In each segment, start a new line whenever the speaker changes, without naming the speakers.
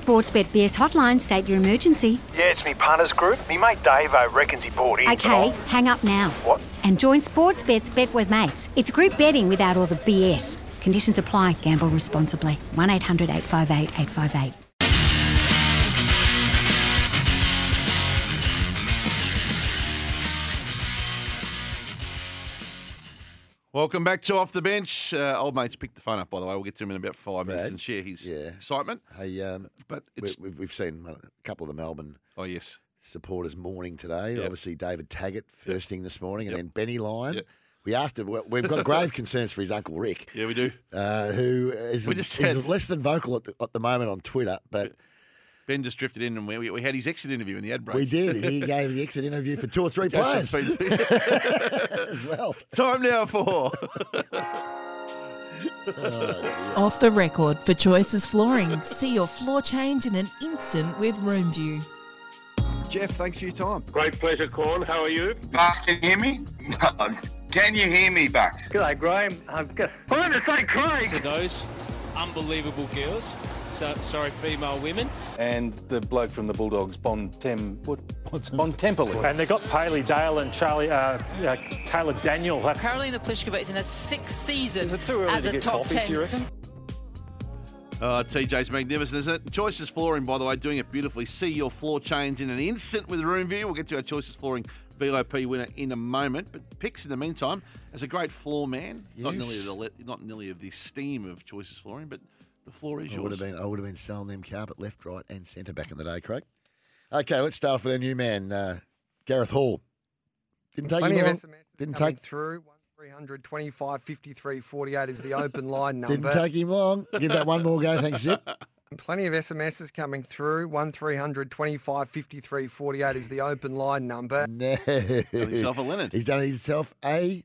Sportsbet BS hotline, state your emergency.
Yeah, it's me punters group. Me mate Davo reckons he bought in.
Okay,
Tom.
hang up now.
What?
And join Sportsbet's Bet with Mates. It's group betting without all the BS. Conditions apply. Gamble responsibly. 1 800 858 858.
Welcome back to Off the Bench. Uh, old mate's picked the phone up, by the way. We'll get to him in about five minutes
Brad?
and share his
Yeah.
excitement.
Hey, um,
But
we,
it's.
we've, we've seen a couple of the Melbourne
Oh, yes.
supporters mourning today.
Yep.
Obviously, David Taggart first thing this morning, and
Yep.
then Benny Lyon.
Yep.
We asked him. we- We've got grave concerns for his uncle Rick,
Yeah, we do.
uh, who is,
We just
is
had-
less than vocal at the, at the moment on Twitter, but
Ben just drifted in and we, we had his exit interview in the ad break.
we did. He gave the exit interview for two or three
Go
players
South Pete.
as well.
Time now for.
Off the record for Choices Flooring. See your floor change in an instant with RoomView.
Jeff, thanks for your time.
Great pleasure, Corn. How are you?
Bucks, can you hear me? can you hear me, Bucks?
G'day, Graham. I'm good. I'm going to say Craig.
those unbelievable girls. So, sorry, female women.
and the bloke from the Bulldogs, Bon Tem, what, what's Bon Tempoli.
And they got Paley Dale and Charlie, uh, uh, Caleb Daniel.
Carolina Pliskova is in her sixth season
Is it too early
as
to
a
get
top
coffees,
10
do you reckon?
Uh, TJ's magnificent, isn't it? Choices Flooring, by the way, doing it beautifully. See your floor change in an instant with Room View. We'll get to our Choices Flooring VIP winner in a moment. But Picks, in the meantime, as a great floor man, not
Yes.
nearly the le- not nearly of the steam of Choices Flooring, but the floor is
I would
yours.
have been. I would have been selling them carpet left, right, and centre back in the day, Craig. Okay, let's start off with our new man, uh, Gareth Hall. Didn't take
Plenty
him
of
long.
SMS
Didn't
coming
take.
through. 1300 25 53 48 is the open line number.
Didn't take him long. Give that one more go, thanks, Zip.
Plenty of SMSs coming through. 1300 25 53 48 is the open line number.
No.
Done himself a Leonard.
He's done himself a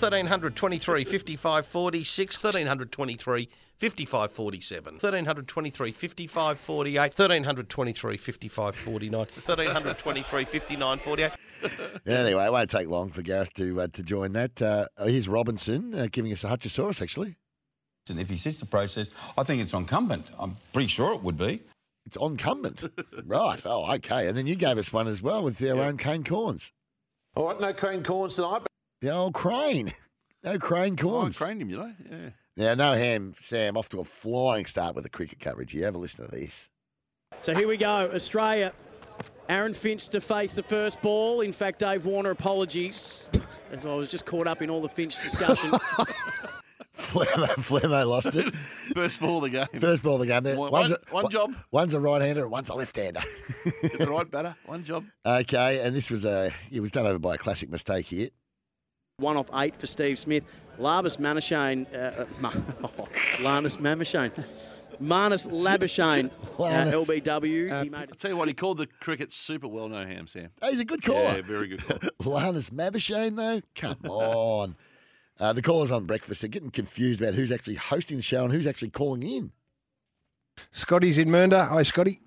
1323, 55, 46, 1323, 55, 47, 1323, 55, 48, 1323, 55, 49, 1323, 59, 48.
Anyway, it won't take long for Gareth to uh, to join that. Uh, here's Robinson uh, giving us a Hutchosaurus, actually.
And if he sits the process, I think it's incumbent. I'm pretty sure it would be.
It's incumbent. right. Oh, okay. And then you gave us one as well with our own Cane Corns.
All right, no Crane Corns tonight.
The old crane. No crane
Oh, I
corns.
craned him, you know? Yeah.
Now, no ham, Sam, off to a flying start with the cricket coverage. You have a listen to this.
So here we go. Australia. Aaron Finch to face the first ball. In fact, Dave Warner, apologies, as I was just caught up in all the Finch discussion.
Flemo, Flemo lost it.
First ball of the game.
First ball of the game. There.
One-
One's a-
one job.
One's a right hander and one's a left hander.
Hit the right batter. One job.
okay. And this was a, it was done over by a classic mistake here.
One off eight for Steve Smith. Larvis Manashane. Uh, uh, Ma- Larnus Mamashane. Marnus Labashane.
Larnus.
Uh, LBW. he made
I'll tell you what, he called the cricket super well, no ham, Sam.
Hey, he's a good caller.
Yeah, very good call.
Lanus Mabashane, though? Come on. Uh, the callers on breakfast are getting confused about who's actually hosting the show and who's actually calling in.
Scotty's in Mernda. Hi, Scotty.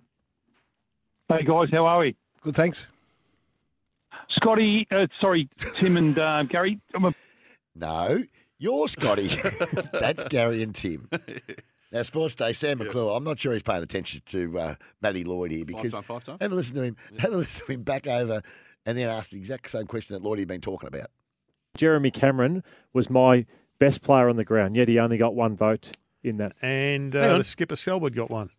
Hey, guys, how are we?
Good, thanks.
Scotty, uh, sorry, Tim and uh, Gary. I'm a-
No, you're Scotty. That's Gary and Tim. Now, Sports Day, Sam McClure, I'm not sure he's paying attention to uh, Matty Lloyd here because
time, five time.
have a listen to him. Have a listen to him back over and then ask the exact same question that Lloyd had been talking about.
Jeremy Cameron was my best player on the ground, yet he only got one vote in that
And
Hang
uh,
on.
the skipper Selwood got one.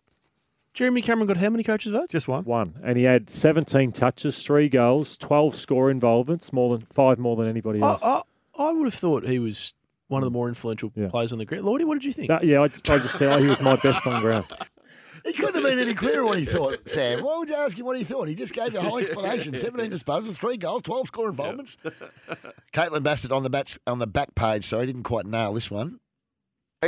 Jeremy Cameron got how many coaches votes?
Just one.
one. And he had 17 touches, three goals, 12 score involvements, more than five more than anybody else.
I, I would have thought he was one of the more influential
Yeah.
players on the ground. Lordy, what did you think?
That- yeah, I, I just said oh, he was my best on ground.
He couldn't have been any clearer what he thought, Sam. Why would you ask him what he thought? He just gave you a whole explanation. 17 disposals, 3 goals, 12 score involvements. Caitlin Bassett on the, bats, on the back page, sorry, didn't quite nail this one.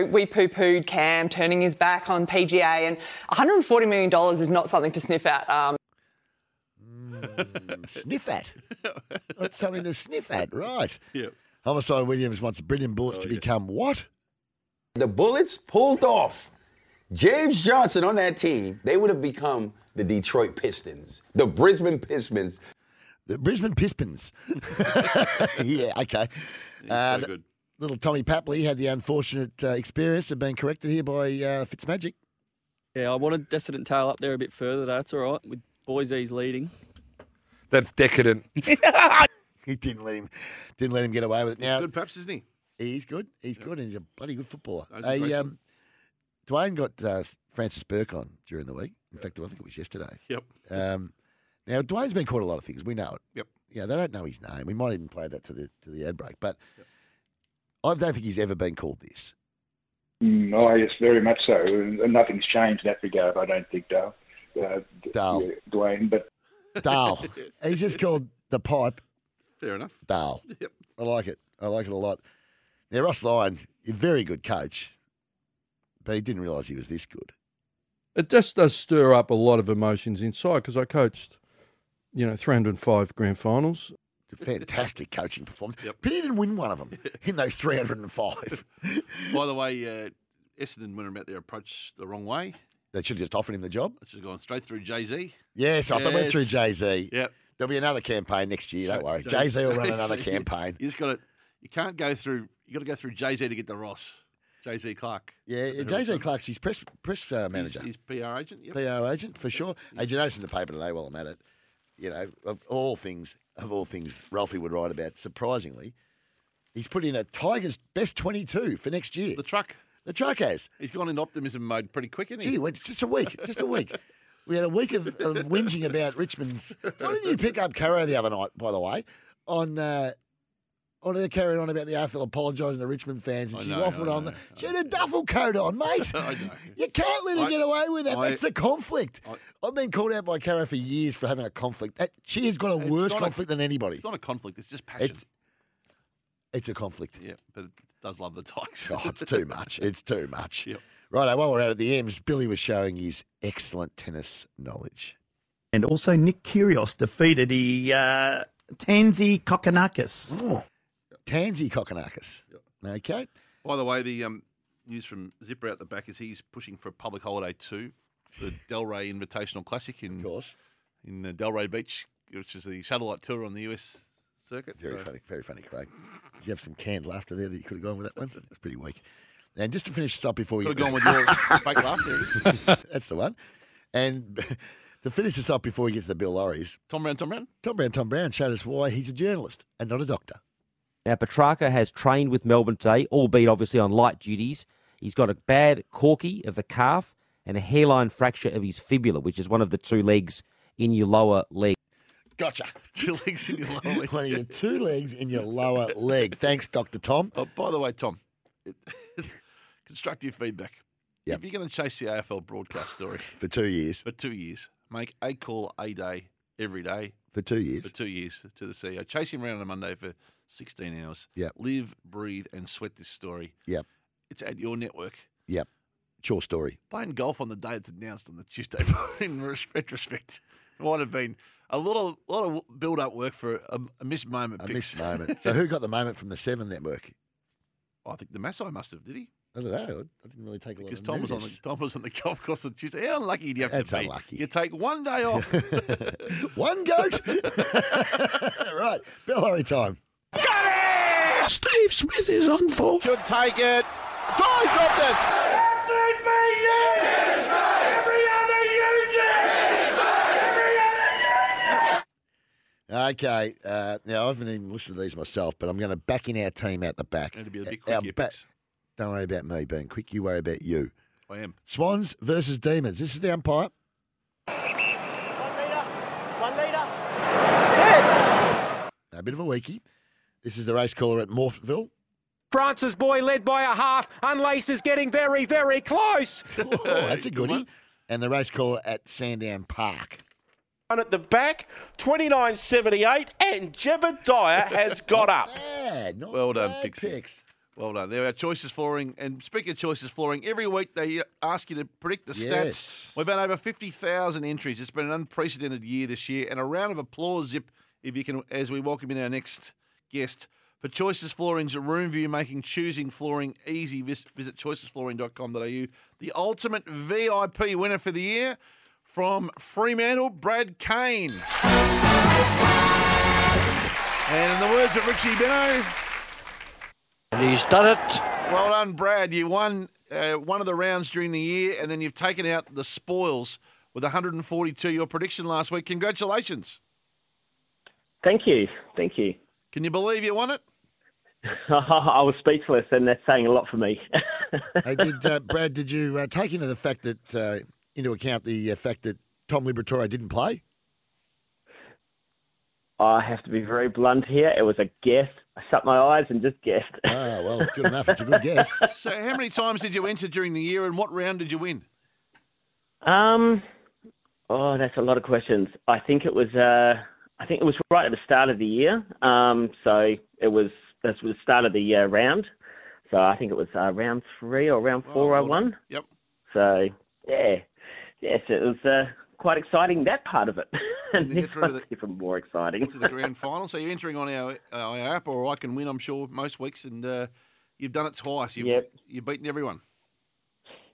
We poo pooed Cam turning his back on PGA, and $140 million is not something to sniff at. Um,
Hmm, Sniff at. That's something to sniff at, right.
Yeah.
Homicide Williams wants brilliant
Oh,
bullets to become what?
The Bullets pulled off. James Johnson on that team, they would have become the Detroit Pistons, the Brisbane Pistons.
The Brisbane Pistons. yeah, okay. Uh,
so
th-
good.
Little Tommy Papley had the unfortunate uh, experience of being corrected here by uh, Fitzmagic.
Yeah, I wanted Decadent Tail up there a bit further. That's all right with Boise's leading.
That's decadent.
he didn't let him didn't let him get away with it. Now
good perhaps, isn't he?
He's good. He's good, and he's a bloody good footballer.
Those are
Hey,
great
um, Dwayne got uh, Francis Burke on during the week. In fact, I think it was yesterday.
Yep.
Um, now Dwayne's been caught a lot of things. We know it.
Yep.
Yeah, they don't know his name. We might even play that to the to the ad break, but I don't think he's ever been called this.
Mm, oh, yes, very much so. And nothing's changed in that regard, I don't think, Dale. Uh, d-
Dale.
yeah, Dwayne, but
Dale. he's just called the pipe
Fair enough.
Dale.
Yep.
I like it. I like it a lot. Now Ross Lyon, a very good coach, but he didn't realise he was this good.
It just does stir up a lot of emotions inside because I coached, you know, 305 grand finals.
Fantastic coaching performance. But he didn't win one of them in those 305.
By the way, uh, Essendon went about their approach the wrong way.
They should have just offered him the job.
I should have gone straight through Jay Z.
Yes, I thought went through Jay Z.
Yep.
There'll be another campaign next year. Don't worry. Jay Z will run another campaign.
You just got to. You can't go through. You got to go through Jay Z to get the Ross. Jay Z Clark.
Yeah, Jay Z Clark's his press press uh, manager,
His PR agent. Yep.
PR agent for sure. Hey, did you notice in the paper today? While I'm at it, you know, of all things, of all things, Ralphie would write about. Surprisingly, he's put in a Tigers best 22 for next year. The
truck.
The truck has.
He's gone in optimism mode pretty quick, isn't he?
Gee, it went just a week, just a week. We had a week of, of whinging about Richmond's. Why didn't you pick up Caro the other night, by the way, on uh, on her carrying on about the AFL apologising to Richmond fans, and
I
she
know,
waffled
I
on. The, she had a duffel coat on, mate. You can't let her
I-
get away with that.
I-
That's the conflict.
I-
I, have been called out by Caro for years for having a conflict. That, she has got a
It's
worse
not a-
conflict than anybody.
It's not a conflict. It's just passion.
It's- It's a conflict.
yeah, but it does love the Tigers.
Oh, it's too much. It's too much. Right, while we're out at the M's, Billy was showing his excellent tennis knowledge.
And also, Nick Kyrgios defeated the uh, Tansy Kokonakis.
Tansy Kokonakis. Okay.
By the way, the um, news from Zipper out the back is he's pushing for a public holiday too, the Delray Invitational Classic in in uh, Delray Beach, which is the satellite tour on the US circuit.
Very
So-
funny, very funny, Craig. Did you have some canned laughter there that you could have gone with that one? It's pretty weak. And just to finish this up before we
Could
get
have
back-
gone with your fake laugh, there it
That's the one. And to finish this up before we get to the Bill Lorries,
Tom Brown, Tom Brown.
Tom Brown, Tom Brown showed us why he's a journalist and not a doctor.
Now, Petrarca has trained with Melbourne today, albeit obviously on light duties. He's got a bad corky of the calf and a hairline fracture of his fibula, which is one of the two legs in your lower leg.
Gotcha.
Two legs in your lower leg.
One of your two legs in your lower leg. Thanks, Doctor Tom.
Oh, by the way, Tom, it, constructive feedback.
Yep.
If you're going to chase the AFL broadcast story
For two years.
for two years, make a call a day every day
For two years.
for two years to the CEO. Chase him around on a Monday for 16 hours.
Yep.
Live, breathe, and sweat this story.
Yep.
It's at your network.
Yep. Sure story.
Playing golf on the day it's announced on the Tuesday in res- retrospect might have been a lot of, lot of build up work for a, a missed moment.
A
Pix.
missed moment. So who got the moment from the Seven Network?
I think the Maasai must have, did he?
I don't know. I- I didn't really take a lot
Because
of
Tom was on the
notice.
Tom was on the golf course on Tuesday. How unlucky do you have
That's
to be?
unlucky.
You take one day off.
One goat. right, Bill Lorry time.
Steve Smith is on for. Should take it. Drive Robden.
Okay. Uh, now, I haven't even listened to these myself, but I'm going to back in our team out the back.
It'll be a bit
Our
quick, your
ba-
picks.
Don't worry about me being quick. You worry about you.
I am.
Swans versus Demons. This is the umpire. A bit of a weakie. This is the race caller at Morphville.
Francis Boy led by a half. Unlaced is getting very, very close.
Oh, that's a goodie. And the race caller at Sandown Park.
One at the back, 29.78, and Jebediah has got up.
well done, Pixie. Well done. There are choices flooring. And speaking of choices flooring, every week they ask you to predict the
Yes.
stats. We've had over 50,000 entries. It's been an unprecedented year this year. And a round of applause, Zip, if you can, as we welcome in our next guest. For Choices Flooring's room view, making choosing flooring easy, vis- visit choicesflooring.com.au. The ultimate VIP winner for the year from Fremantle, Brad Kane. And in the words of Richie Benno,
And he's done it.
Well done, Brad. You won uh, one of the rounds during the year, and then you've taken out the spoils with 142. Your prediction last week. Congratulations.
Thank you. Thank you.
Can you believe you won it?
I was speechless, and that's saying a lot for me.
Hey, did, uh, Brad, did you uh, take into the fact that uh, into account the uh, fact that Tom Liberatore didn't play?
I have to be very blunt here. It was a guess. I shut my eyes and just guessed.
Ah, well, it's good enough.
so, how many times did you enter during the year, and what round did you win?
Um, oh, that's a lot of questions. I think it was. Uh, I think it was right at the start of the year. Um, so it was. This was the start of the uh, round. So I think it was uh, round three or round
Oh,
four. I won.
Yep.
So yeah, yes, it was uh, quite exciting that part of it. and
then you
this
threw to
one's even more exciting.
to the grand final. So you're entering on our, our app, or I can win, I'm sure, most weeks. And uh, you've done it twice. You've,
Yep.
you've beaten everyone.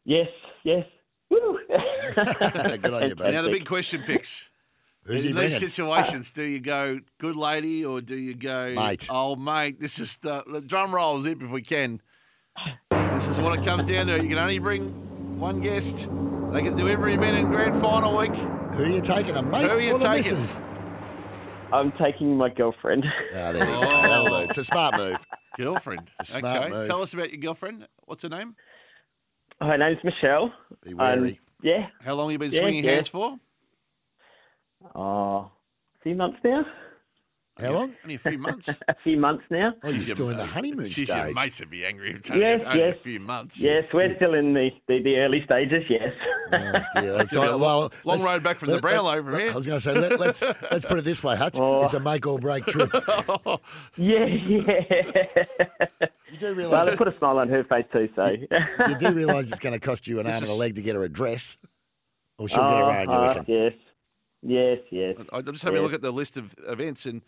Yes, yes. Woo!
Now, the big question picks.
Who's he
In these
bringing?
situations, do you go good lady or do you go
Mate.
Oh, mate, this is the, the drum rolls if if we can. This is what it comes down to. You can only bring one guest. They can do every event in grand final week.
Who are you taking, a mate
Who are you
or the
taking?
missus? Ah,
I'm taking my girlfriend.
there you go.
Oh.
That'll do. It's a smart move.
Girlfriend.
It's a smart
okay,
move.
tell us about your girlfriend. What's her name?
Her name's Michelle. Um,
Be
wary.
yeah.
How long you been
Yeah,
swinging
yeah.
hands for?
Oh, a few months now.
How long?
Only a few months.
a few months now.
Oh, you're still in the honeymoon
She's your
stage.
mate would be angry if it's only,
Yes,
only
yes.
a few months.
Yes, we're still in the, the, the early stages, yes.
Oh,
Oh,
So, well,
long
let's-
road back from the
let-
Brownlow
let-
from here.
I was going to say, let, let's let's put it this way, Hutch.
Oh.
It's a make or break trip.
yeah, yeah. You
do
Well,
realise-
it put a smile on her face too, so.
You do realise it's going to cost you an
This
arm and a
is-
leg to get her a dress, or she'll get her own. You
Oh,
reckon?
Yes, yes, yes.
I- I'm just having a
yes.
look at the list of events, and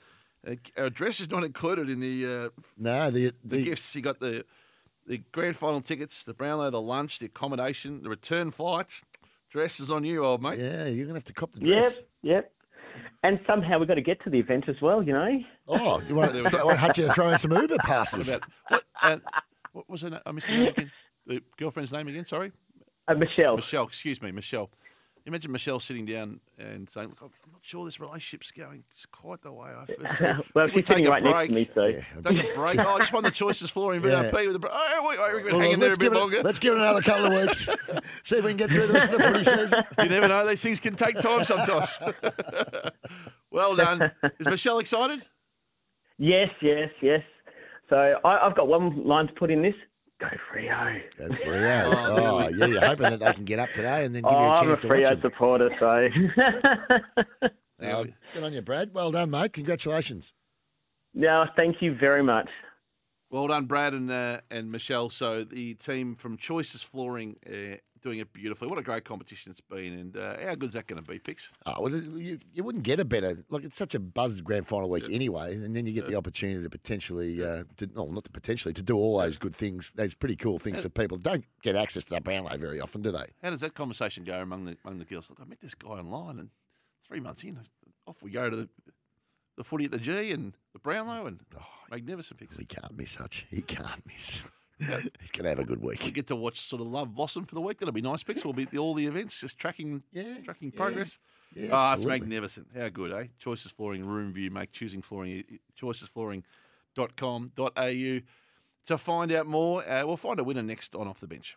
uh, our dress is not included in the uh,
No, the
the, gifts. You got the the grand final tickets, the Brownlow, the lunch, the accommodation, the return flights. Dress is on you, old mate.
Yeah, you're gonna have to cop the
Yep, yep. And somehow we've got to get to the event as well, you know.
Oh, you want, to, want Hutch to throw in some Uber passes?
What, about, what, uh, what was her name? I missed her name again. The girlfriend's name again, sorry?
Uh, Michelle.
Michelle, excuse me, Michelle. Imagine Michelle sitting down and saying, Look, I'm not sure this relationship's going quite the way I first thought.
well,
Can we
she's sitting
take a
right
break?
next to me, so.
Take a break. Oh, I just won the choices floor in
Yeah.
VIP with the. bro- Oh, wait, wait, we're
Well, uh,
going to hang in there a
let's
bit
give it-
longer.
let's give it another couple of weeks. See if we can get through the rest of the footy season.
You never know; these things can take time sometimes. well done. Is Michelle excited?
Yes, yes, yes. So I, I've got one line to put in this. Go Frio.
Go Frio. Oh, yeah, you're hoping that they can get up today and then give
oh,
you a
I'm a
chance to watch
Frio
them.
supporter, so.
Oh, good on you, Brad. Well done, mate. Congratulations.
no, thank you very much.
Well done, Brad and uh, and Michelle. So the team from Choices Flooring uh, doing it beautifully. What a great competition it's been, and uh, how good's that going to be, Pix?
Oh, well, you, you wouldn't get a better. Look, it's such a buzzed grand final week anyway, and then you get the opportunity to potentially, uh, to, no, not to potentially, to do all those good things, those pretty cool things that people don't get access to the Brownlow very often, do they?
How does that conversation go among the among the girls? Look, I met this guy online, and three months in, off we go to the the footy at the G and the Brownlow and magnificent picks.
He can't miss, Hutch. He can't miss. He's going to have a good
We
week.
get to watch sort of Love Blossom for the week. That'll be nice picks. We'll be at the, all the events, just tracking tracking
yeah.
progress.
Yeah,
Ah, it's
absolutely.
magnificent. How good, eh? Choices Flooring, Room View, make choosing flooring, eh, choicesflooring.com.au to find out more. Uh, we'll find a winner next on Off the Bench.